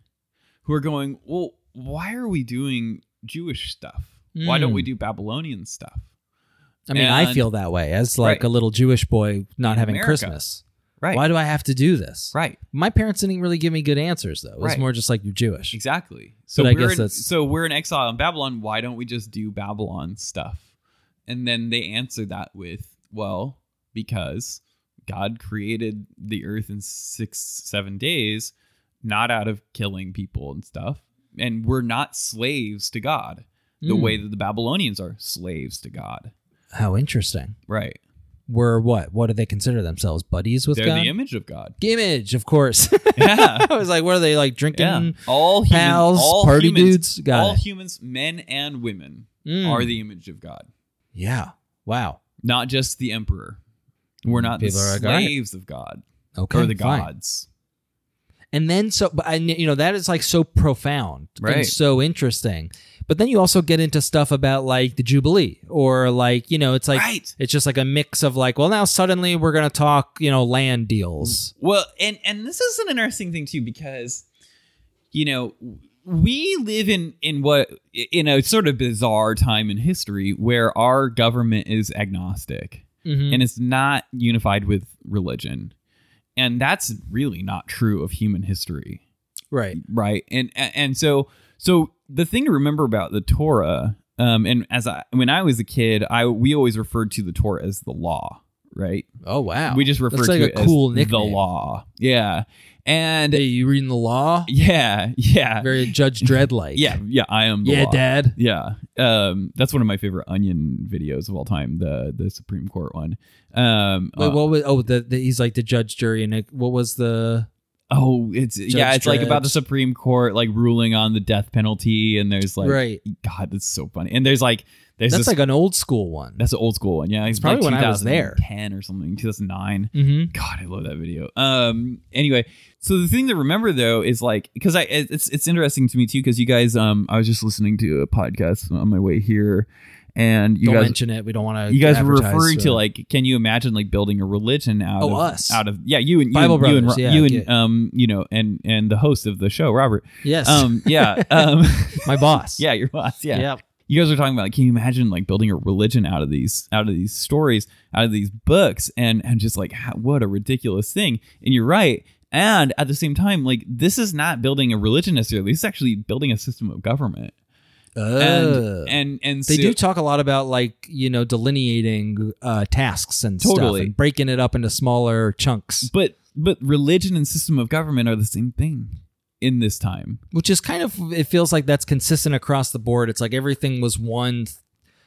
Speaker 2: who are going, well, why are we doing Jewish stuff? Why don't
Speaker 1: Mm.
Speaker 2: we do Babylonian stuff?
Speaker 1: I mean, I
Speaker 2: and-
Speaker 1: feel that way as like
Speaker 2: Right.
Speaker 1: a little Jewish boy not
Speaker 2: In
Speaker 1: having
Speaker 2: America.
Speaker 1: Christmas.
Speaker 2: Right,
Speaker 1: Why do I have to do this?
Speaker 2: right,
Speaker 1: My parents didn't really give me good answers though. It's
Speaker 2: Right.
Speaker 1: more just like you're Jewish.
Speaker 2: exactly. So
Speaker 1: But I
Speaker 2: we're
Speaker 1: guess
Speaker 2: in,
Speaker 1: that's-
Speaker 2: so we're in exile in Babylon. Why don't we just do Babylon stuff? And then they answer that with, well, because God created the earth in six, seven days, not out of killing people and stuff. And we're not slaves to God the
Speaker 1: Mm.
Speaker 2: way that the Babylonians are slaves to God.
Speaker 1: How interesting.
Speaker 2: Right.
Speaker 1: We're what? What do they consider themselves? Buddies with
Speaker 2: They're
Speaker 1: God?
Speaker 2: the image of
Speaker 1: (laughs)
Speaker 2: God.
Speaker 1: Image, of course. (laughs)
Speaker 2: Yeah.
Speaker 1: I was like, what are they like drinking?
Speaker 2: yeah. All humans,
Speaker 1: pals,
Speaker 2: all
Speaker 1: party
Speaker 2: humans,
Speaker 1: dudes. Got
Speaker 2: all
Speaker 1: it.
Speaker 2: humans, men and women,
Speaker 1: Mm.
Speaker 2: are the image of God,
Speaker 1: yeah. Wow.
Speaker 2: not just the emperor. We're not
Speaker 1: People
Speaker 2: the
Speaker 1: are like, all right.
Speaker 2: slaves of God
Speaker 1: Okay.
Speaker 2: or the
Speaker 1: fine.
Speaker 2: gods.
Speaker 1: And then so, but I, you know, that is like so profound
Speaker 2: Right.
Speaker 1: and so interesting. But then you also get into stuff about like the Jubilee or like, you know, it's like,
Speaker 2: right.
Speaker 1: it's just like a mix of like, well, now suddenly we're going to talk, you know, land deals.
Speaker 2: Well, and and this is an interesting thing too because you know we live in in what in a sort of bizarre time in history where our government is
Speaker 1: Mhm.
Speaker 2: agnostic. Mm-hmm. and it's not unified with religion and that's really not true of human history
Speaker 1: right.
Speaker 2: right and and so so the thing to remember about the torah um and as i when i was a kid i we always referred to the torah as the law right
Speaker 1: Oh, wow.
Speaker 2: we just referred
Speaker 1: That's
Speaker 2: to
Speaker 1: like
Speaker 2: it
Speaker 1: a cool
Speaker 2: as the
Speaker 1: nickname.
Speaker 2: law yeah and
Speaker 1: Hey, you reading the law?
Speaker 2: yeah yeah
Speaker 1: Very Judge Dredd like.
Speaker 2: yeah yeah i am the
Speaker 1: Yeah,
Speaker 2: law.
Speaker 1: Dad.
Speaker 2: Yeah. Um, that's one of my favorite onion videos of all time, the the Supreme Court one. Um
Speaker 1: Wait,
Speaker 2: uh,
Speaker 1: what was, oh, the, the, he's like the judge, jury, and it- what was the,
Speaker 2: Oh, it's yeah, it's like about the
Speaker 1: Dredd.
Speaker 2: Supreme Court like ruling on the death penalty, and there's like
Speaker 1: right.
Speaker 2: God, that's so funny. And there's like there's
Speaker 1: That's
Speaker 2: this,
Speaker 1: like an old school one.
Speaker 2: that's an old school one, yeah. It's,
Speaker 1: probably
Speaker 2: like
Speaker 1: when I was there.
Speaker 2: ten or something, two thousand nine.
Speaker 1: hmm
Speaker 2: God, I love that video. Um, anyway, so the thing to remember though is like because I it- it's it's interesting to me too because you guys um I was just listening to a podcast on my way here, and you
Speaker 1: Don't
Speaker 2: guys
Speaker 1: mention it. We don't want to.
Speaker 2: you guys were referring to like can you imagine like building a religion out
Speaker 1: Oh,
Speaker 2: of
Speaker 1: us.
Speaker 2: out of yeah you and you
Speaker 1: Bible
Speaker 2: and, you and,
Speaker 1: Brothers,
Speaker 2: Ro-
Speaker 1: yeah,
Speaker 2: you and
Speaker 1: yeah.
Speaker 2: um you know and and the host of the show Robert
Speaker 1: yes,
Speaker 2: um
Speaker 1: (laughs)
Speaker 2: yeah um
Speaker 1: my boss.
Speaker 2: (laughs) yeah your boss yeah.
Speaker 1: Yep.
Speaker 2: you guys were talking about like, can you imagine like building a religion out of these out of these stories out of these books and and just like how, what a ridiculous thing and you're right and at the same time like this is not building a religion necessarily this is actually building a system of government
Speaker 1: Ugh.
Speaker 2: and and and
Speaker 1: Oh. they
Speaker 2: so-
Speaker 1: do talk a lot about like you know delineating uh, tasks and
Speaker 2: Totally.
Speaker 1: stuff and breaking it up into smaller chunks,
Speaker 2: But but religion and system of government are the same thing in this time.
Speaker 1: which is kind of it feels like that's consistent across the board. It's like everything was one, th-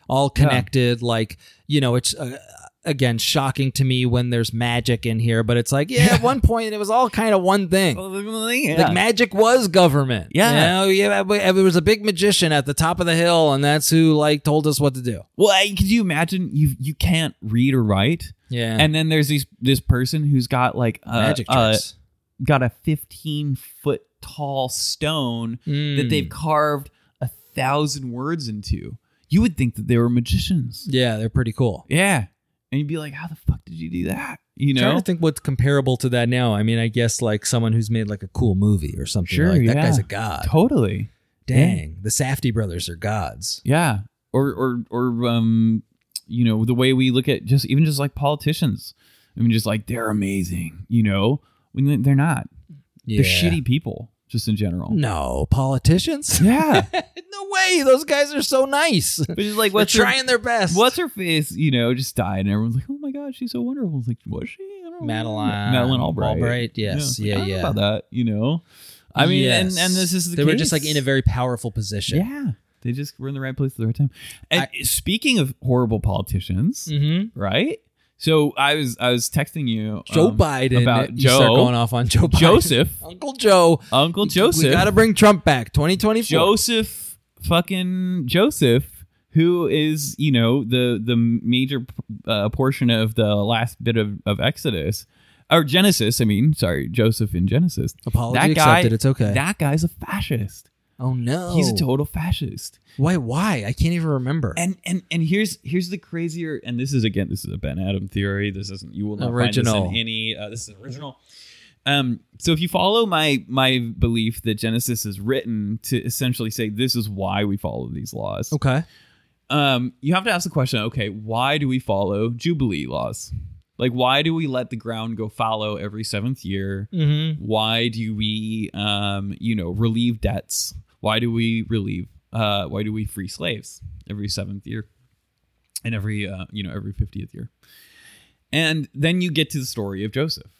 Speaker 1: all connected. Like you know, it's uh, again shocking to me when there's magic in here, but it's like, yeah, at one point it was all kind of one thing. Like magic was government.
Speaker 2: Oh, Yeah.
Speaker 1: You know, yeah. but There was a big magician at the top of the hill, and that's who like told us what to do.
Speaker 2: well, I- could you imagine you you can't read or write,
Speaker 1: Yeah.
Speaker 2: and uh, then there's these this person who's got like a,
Speaker 1: magic
Speaker 2: a-
Speaker 1: tricks
Speaker 2: got a 15 foot tall stone that
Speaker 1: Mm.
Speaker 2: they've carved a thousand words into. You would think that they were magicians.
Speaker 1: Yeah, they're pretty cool.
Speaker 2: Yeah, and you'd be like, how the fuck did you do that? You know,
Speaker 1: Trying to think what's comparable to that now. I mean, I guess like someone who's made like a cool movie or something.
Speaker 2: Sure,
Speaker 1: like, that
Speaker 2: yeah.
Speaker 1: guy's a god.
Speaker 2: totally.
Speaker 1: Dang, the Safety brothers are gods.
Speaker 2: Yeah. Or or or um you know, the way we look at just even just like politicians. I mean just like they're amazing, you know? When they- they're not.
Speaker 1: Yeah.
Speaker 2: They're shitty people just in general.
Speaker 1: No, politicians?
Speaker 2: Yeah.
Speaker 1: (laughs) no way. Those guys are so nice.
Speaker 2: But just like
Speaker 1: They're
Speaker 2: what's her,
Speaker 1: trying their best.
Speaker 2: what's her face, you know, just died and everyone's like, "Oh my god, she's so wonderful." It's like, was she? I don't know.
Speaker 1: Madeline
Speaker 2: Madeline Albright.
Speaker 1: yes.
Speaker 2: Yeah,
Speaker 1: Yeah,
Speaker 2: it's like, I don't know
Speaker 1: yeah.
Speaker 2: about that, you know. I mean, and, and this is the
Speaker 1: They were just
Speaker 2: case.
Speaker 1: like in a very powerful position.
Speaker 2: Yeah. They just were in the right place at the right time. And speaking of horrible politicians,
Speaker 1: Mhm.
Speaker 2: right? So I was I was texting you
Speaker 1: Joe
Speaker 2: um,
Speaker 1: Biden.
Speaker 2: about
Speaker 1: you start
Speaker 2: Joe-
Speaker 1: going off on Joe Biden.
Speaker 2: Joseph
Speaker 1: (laughs) Uncle Joe.
Speaker 2: Uncle Joseph
Speaker 1: We got to bring Trump back 2024.
Speaker 2: Joseph fucking Joseph who is you know the the major uh, portion of the last bit of, of Exodus or Genesis I mean sorry Joseph in Genesis
Speaker 1: Apology
Speaker 2: That guy-
Speaker 1: accepted. It's okay.
Speaker 2: that guy's a fascist
Speaker 1: oh, no.
Speaker 2: he's a total fascist
Speaker 1: Why? Why? I can't even remember.
Speaker 2: and and and here's here's the crazier and this is again this is a Ben Adam theory. This isn't you will not find
Speaker 1: Original.
Speaker 2: this in any uh, this is original. Um, so if you follow my my belief that Genesis is written to essentially say this is why we follow these laws,
Speaker 1: okay.
Speaker 2: um, you have to ask the question: Okay, why do we follow Jubilee laws? Like, why do we let the ground go fallow every seventh year?
Speaker 1: Mm-hmm.
Speaker 2: Why do we, um, you know, relieve debts? Why do we relieve? Uh, why do we free slaves every seventh year, and every, uh, you know, every fiftieth year? And then you get to the story of Joseph,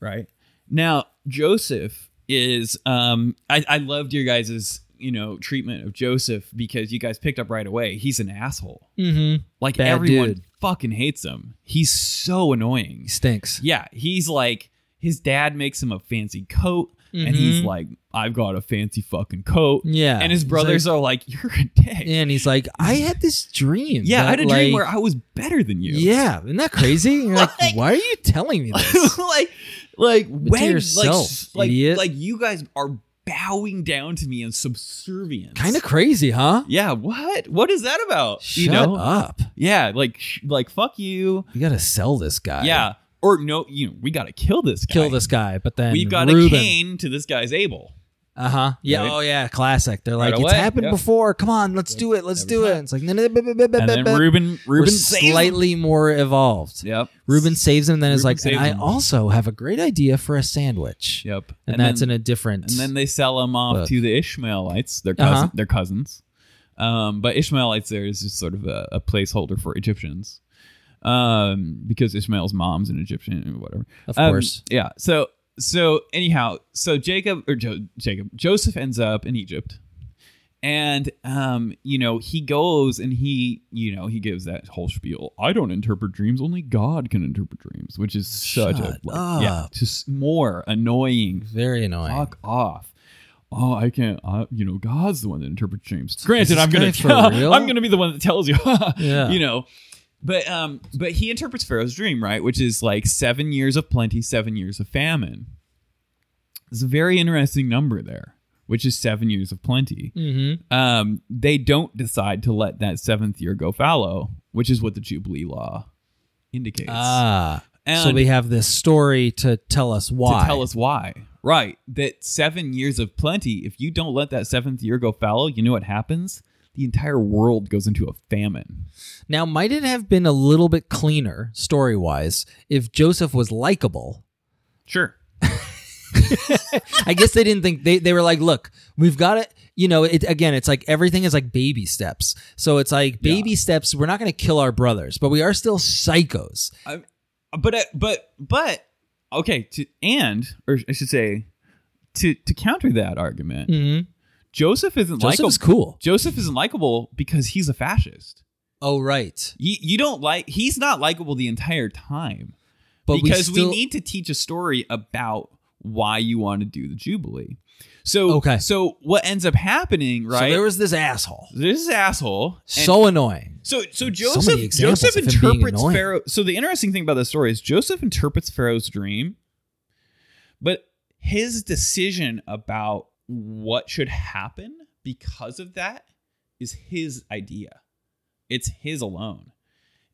Speaker 2: right? Now Joseph is, um, I, I loved your guys's, you know, treatment of Joseph because you guys picked up right away. He's an asshole.
Speaker 1: Mm-hmm.
Speaker 2: Like
Speaker 1: Bad
Speaker 2: everyone
Speaker 1: dude.
Speaker 2: fucking hates him. He's so annoying.
Speaker 1: Stinks.
Speaker 2: Yeah, he's like his dad makes him a fancy coat, and
Speaker 1: Mhm.
Speaker 2: he's like, "I've got a fancy fucking coat."
Speaker 1: Yeah.
Speaker 2: and his
Speaker 1: He's
Speaker 2: brothers are like, "You're a dick." Yeah,
Speaker 1: And he's like, Mm. I had this dream.
Speaker 2: I had a
Speaker 1: that,
Speaker 2: dream
Speaker 1: like-
Speaker 2: where I was better than you.
Speaker 1: Yeah, isn't that crazy? You're (laughs) like, why are you telling me this?
Speaker 2: (laughs) like, like when,
Speaker 1: yourself,
Speaker 2: like,
Speaker 1: idiot.
Speaker 2: like, like you guys are bowing down to me in subservience.
Speaker 1: kind of crazy, huh?
Speaker 2: Yeah. What? What is that about?
Speaker 1: Shut
Speaker 2: you know?
Speaker 1: up.
Speaker 2: Yeah. Like, sh- like, fuck you.
Speaker 1: You got to sell this guy.
Speaker 2: Yeah. Or no, you know, we gotta kill this guy.
Speaker 1: Kill this guy, but then
Speaker 2: We've got
Speaker 1: Reuben.
Speaker 2: a cane to this guy's Abel.
Speaker 1: Uh huh. Yeah.
Speaker 2: Right?
Speaker 1: Oh yeah. Classic. They're like,
Speaker 2: Right
Speaker 1: it's
Speaker 2: away,
Speaker 1: happened
Speaker 2: yeah.
Speaker 1: before. Come on, let's do it. Let's
Speaker 2: Every
Speaker 1: do it.
Speaker 2: time.
Speaker 1: It's like, no, no, no, no, no, no,
Speaker 2: and
Speaker 1: no,
Speaker 2: then
Speaker 1: no.
Speaker 2: Reuben
Speaker 1: We're
Speaker 2: Reuben saves him.
Speaker 1: slightly more evolved.
Speaker 2: Yep.
Speaker 1: Reuben saves him, then is
Speaker 2: Reuben
Speaker 1: like, and
Speaker 2: saves
Speaker 1: I
Speaker 2: him.
Speaker 1: also have a great idea for a sandwich.
Speaker 2: Yep.
Speaker 1: And, that's
Speaker 2: then,
Speaker 1: in a different.
Speaker 2: and then they sell him off
Speaker 1: Look.
Speaker 2: to the Ishmaelites, their cousin,
Speaker 1: Uh-huh.
Speaker 2: their cousins. Um, but Ishmaelites there is just sort of a, a placeholder for Egyptians. Um, because Ishmael's mom's an Egyptian and whatever.
Speaker 1: Of
Speaker 2: Um,
Speaker 1: course.
Speaker 2: Yeah. So so anyhow, so Jacob or jo- Jacob Joseph ends up in Egypt. And um, you know, he goes and he, you know, he gives that whole spiel. I don't interpret dreams; only God can interpret dreams, which is such a
Speaker 1: Shut
Speaker 2: like, yeah,
Speaker 1: up.
Speaker 2: just more annoying.
Speaker 1: very annoying.
Speaker 2: Fuck off. Oh, I can't. Uh, you know, God's the one that interprets dreams.
Speaker 1: this
Speaker 2: Granted, I'm
Speaker 1: guy
Speaker 2: gonna
Speaker 1: for
Speaker 2: tell,
Speaker 1: real?
Speaker 2: I'm gonna be the one that tells you. (laughs)
Speaker 1: Yeah.
Speaker 2: You know, but um, but he interprets Pharaoh's dream right, which is like seven years of plenty, seven years of famine. It's a very interesting number there, which is seven years of plenty.
Speaker 1: Mm-hmm.
Speaker 2: Um, they don't decide to let that seventh year go fallow, which is what the Jubilee law indicates.
Speaker 1: Ah. so
Speaker 2: And-
Speaker 1: we have this story to tell us why.
Speaker 2: to tell us why. Right. That seven years of plenty, if you don't let that seventh year go fallow, you know what happens? The entire world goes into a famine.
Speaker 1: Now, might it have been a little bit cleaner story wise if Joseph was likable?
Speaker 2: Sure.
Speaker 1: I guess they didn't think they, they were like, look, we've got it. You know, it again, it's like everything is like baby steps. So it's like baby steps. We're not going to kill our brothers, but we are still psychos.
Speaker 2: Uh, But I- but but okay, to and or I should say to to counter that argument,
Speaker 1: Mm-hmm.
Speaker 2: Joseph isn't likable.
Speaker 1: Joseph's cool.
Speaker 2: Joseph isn't likable because he's a fascist.
Speaker 1: Oh, right.
Speaker 2: You, you don't like he's not likable the entire time
Speaker 1: But
Speaker 2: because
Speaker 1: we,
Speaker 2: we,
Speaker 1: still,
Speaker 2: need to teach a story about why you want to do the jubilee. So
Speaker 1: Okay.
Speaker 2: so what ends up happening,
Speaker 1: So
Speaker 2: right?
Speaker 1: there was this asshole.
Speaker 2: this asshole. and-
Speaker 1: so annoying.
Speaker 2: So so
Speaker 1: So
Speaker 2: Joseph
Speaker 1: many examples
Speaker 2: Joseph
Speaker 1: of him being
Speaker 2: interprets
Speaker 1: annoying.
Speaker 2: Pharaoh. So the interesting thing about the story is Joseph interprets Pharaoh's dream, but his decision about what should happen because of that is his idea. It's his alone,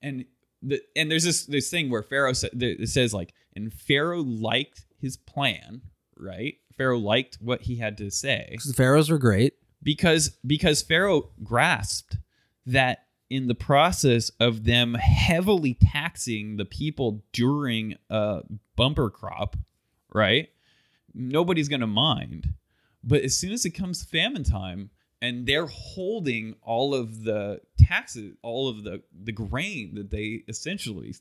Speaker 2: and the and there's this this thing where Pharaoh sa- th- it says like and Pharaoh liked his plan, right? Pharaoh liked what he had to say
Speaker 1: 'Cause The pharaohs were great.
Speaker 2: because because Pharaoh grasped that in the process of them heavily taxing the people during a bumper crop, right? Nobody's going to mind. But as soon as it comes famine time and they're holding all of the taxes, all of the the grain that they essentially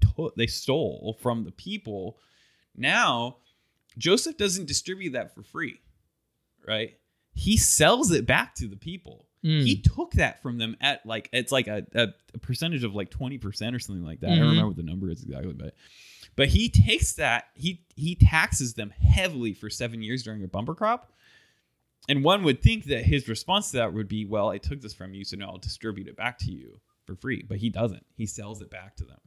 Speaker 2: to- they stole from the people, now Joseph doesn't distribute that for free, right? He sells it back to the people.
Speaker 1: Mm.
Speaker 2: He took that from them at like it's like a, a, a percentage of like twenty percent or something like that. I don't
Speaker 1: Mhm.
Speaker 2: remember what the number is exactly, but but he takes that he he taxes them heavily for seven years during a bumper crop. And one would think that his response to that would be, "Well, I took this from you, so now I'll distribute it back to you for free." But he doesn't. He sells it back to them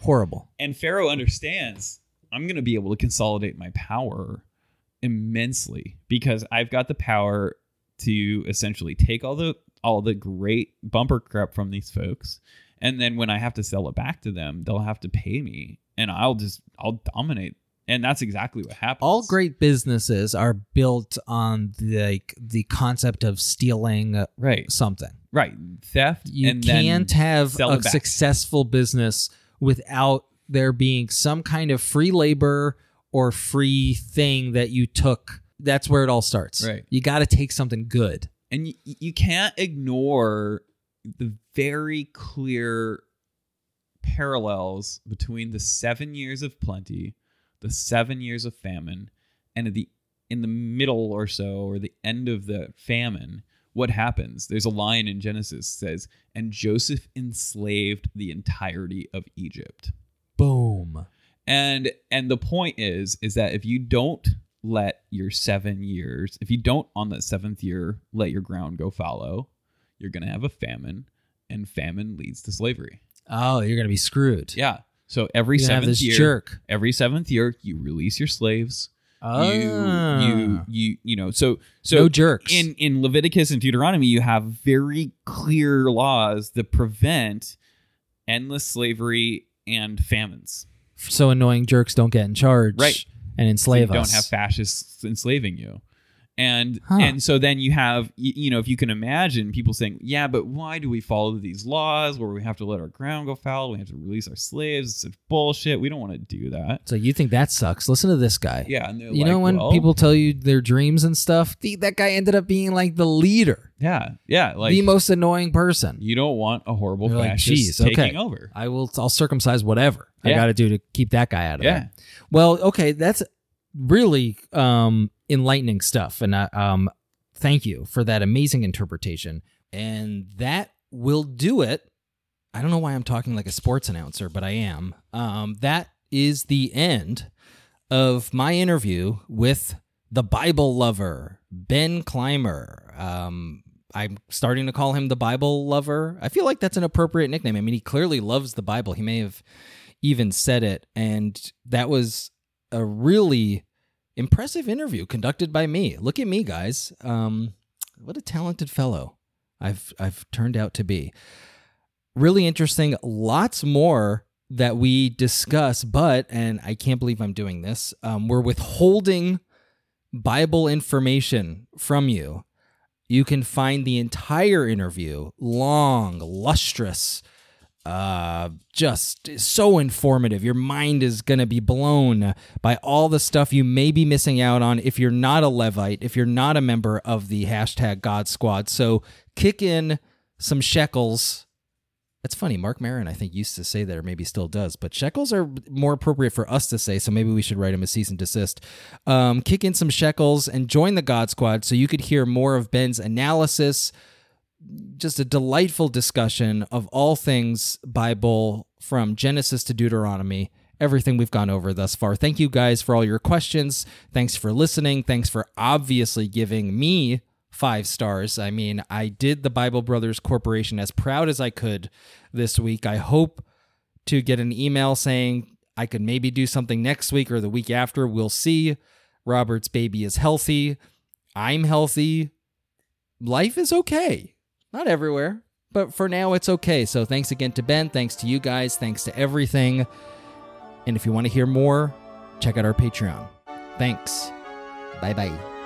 Speaker 1: Horrible.
Speaker 2: and Pharaoh understands I'm going to be able to consolidate my power immensely because I've got the power to essentially take all the all the great bumper crap from these folks and then when I have to sell it back to them they'll have to pay me and I'll just I'll dominate and that's exactly what happens.
Speaker 1: all great businesses are built on the, like the concept of stealing
Speaker 2: right
Speaker 1: something.
Speaker 2: right theft
Speaker 1: You
Speaker 2: and then
Speaker 1: can't have
Speaker 2: sell
Speaker 1: a
Speaker 2: it back.
Speaker 1: successful business without there being some kind of free labor or free thing that you took. That's where it all starts.
Speaker 2: Right.
Speaker 1: You got to take something good.
Speaker 2: and you, you can't ignore the very clear parallels between the seven years of plenty the seven years of famine and at the in the middle or so or the end of the famine what happens there's a line in genesis that says and joseph enslaved the entirety of egypt
Speaker 1: Boom.
Speaker 2: and and the point is is that if you don't let your seven years, if you don't on that seventh year let your ground go fallow, you're gonna have a famine, and famine leads to slavery.
Speaker 1: Oh, you're going to be screwed.
Speaker 2: Yeah. So every
Speaker 1: You're gonna have
Speaker 2: seventh
Speaker 1: this
Speaker 2: year,
Speaker 1: jerk.
Speaker 2: every seventh year, you release your slaves.
Speaker 1: Ah.
Speaker 2: You you you you know. So so
Speaker 1: no jerks.
Speaker 2: in in Leviticus and Deuteronomy, you have very clear laws that prevent endless slavery and famines.
Speaker 1: so annoying jerks don't get in charge
Speaker 2: Right.
Speaker 1: and
Speaker 2: so
Speaker 1: enslave
Speaker 2: you
Speaker 1: us.
Speaker 2: don't have fascists enslaving you and
Speaker 1: Huh.
Speaker 2: and so then you have y- you know if you can imagine people saying yeah but why do we follow these laws where we have to let our ground go foul we have to release our slaves it's such bullshit we don't want to do that
Speaker 1: so you think that sucks. Listen to this guy.
Speaker 2: yeah and they're
Speaker 1: You
Speaker 2: like,
Speaker 1: know when
Speaker 2: well,
Speaker 1: people tell you their dreams and stuff, the, that guy ended up being like the leader,
Speaker 2: yeah yeah like
Speaker 1: the most annoying person.
Speaker 2: you don't want a horrible
Speaker 1: You're like,
Speaker 2: fascist
Speaker 1: "Geez,
Speaker 2: taking
Speaker 1: okay."
Speaker 2: over
Speaker 1: I will. I'll circumcise whatever I
Speaker 2: Yeah.
Speaker 1: got to do to keep that guy out of
Speaker 2: yeah
Speaker 1: there. Well, okay, that's really um, enlightening stuff, and I, um, thank you for that amazing interpretation. And that will do it. I don't know why I'm talking like a sports announcer, but I am. Um, that is the end of my interview with the Bible lover, Ben Clymer. Um, I'm starting to call him the Bible lover. I feel like that's an appropriate nickname. I mean, he clearly loves the Bible. He may have even said it. And that was a really impressive interview conducted by me. Look at me, guys. Um, what a talented fellow I've I've turned out to be. Really interesting. Lots more that we discuss, but and I can't believe I'm doing this. Um, we're withholding Bible information from you. You can find the entire interview, long, lustrous, uh, just so informative. Your mind is going to be blown by all the stuff you may be missing out on if you're not a Levite, if you're not a member of the hashtag God Squad. So kick in some shekels. That's funny. Mark Marin, I think, used to say that, or maybe still does. But shekels are more appropriate for us to say, so maybe we should write him a cease and desist. Um, kick in some shekels and join the God Squad so you could hear more of Ben's analysis, just a delightful discussion of all things Bible from Genesis to Deuteronomy. Everything we've gone over thus far. Thank you guys for all your questions. Thanks for listening. Thanks for obviously giving me five stars. I mean, I did the Bible Brothers Corporation as proud as I could this week. I hope to get an email saying I could maybe do something next week or the week after. We'll see. Robert's baby is healthy. I'm healthy. Life is okay. Not everywhere, but for now it's okay. So thanks again to Ben. Thanks to you guys. Thanks to everything. And if you want to hear more, check out our Patreon. Thanks. Bye bye.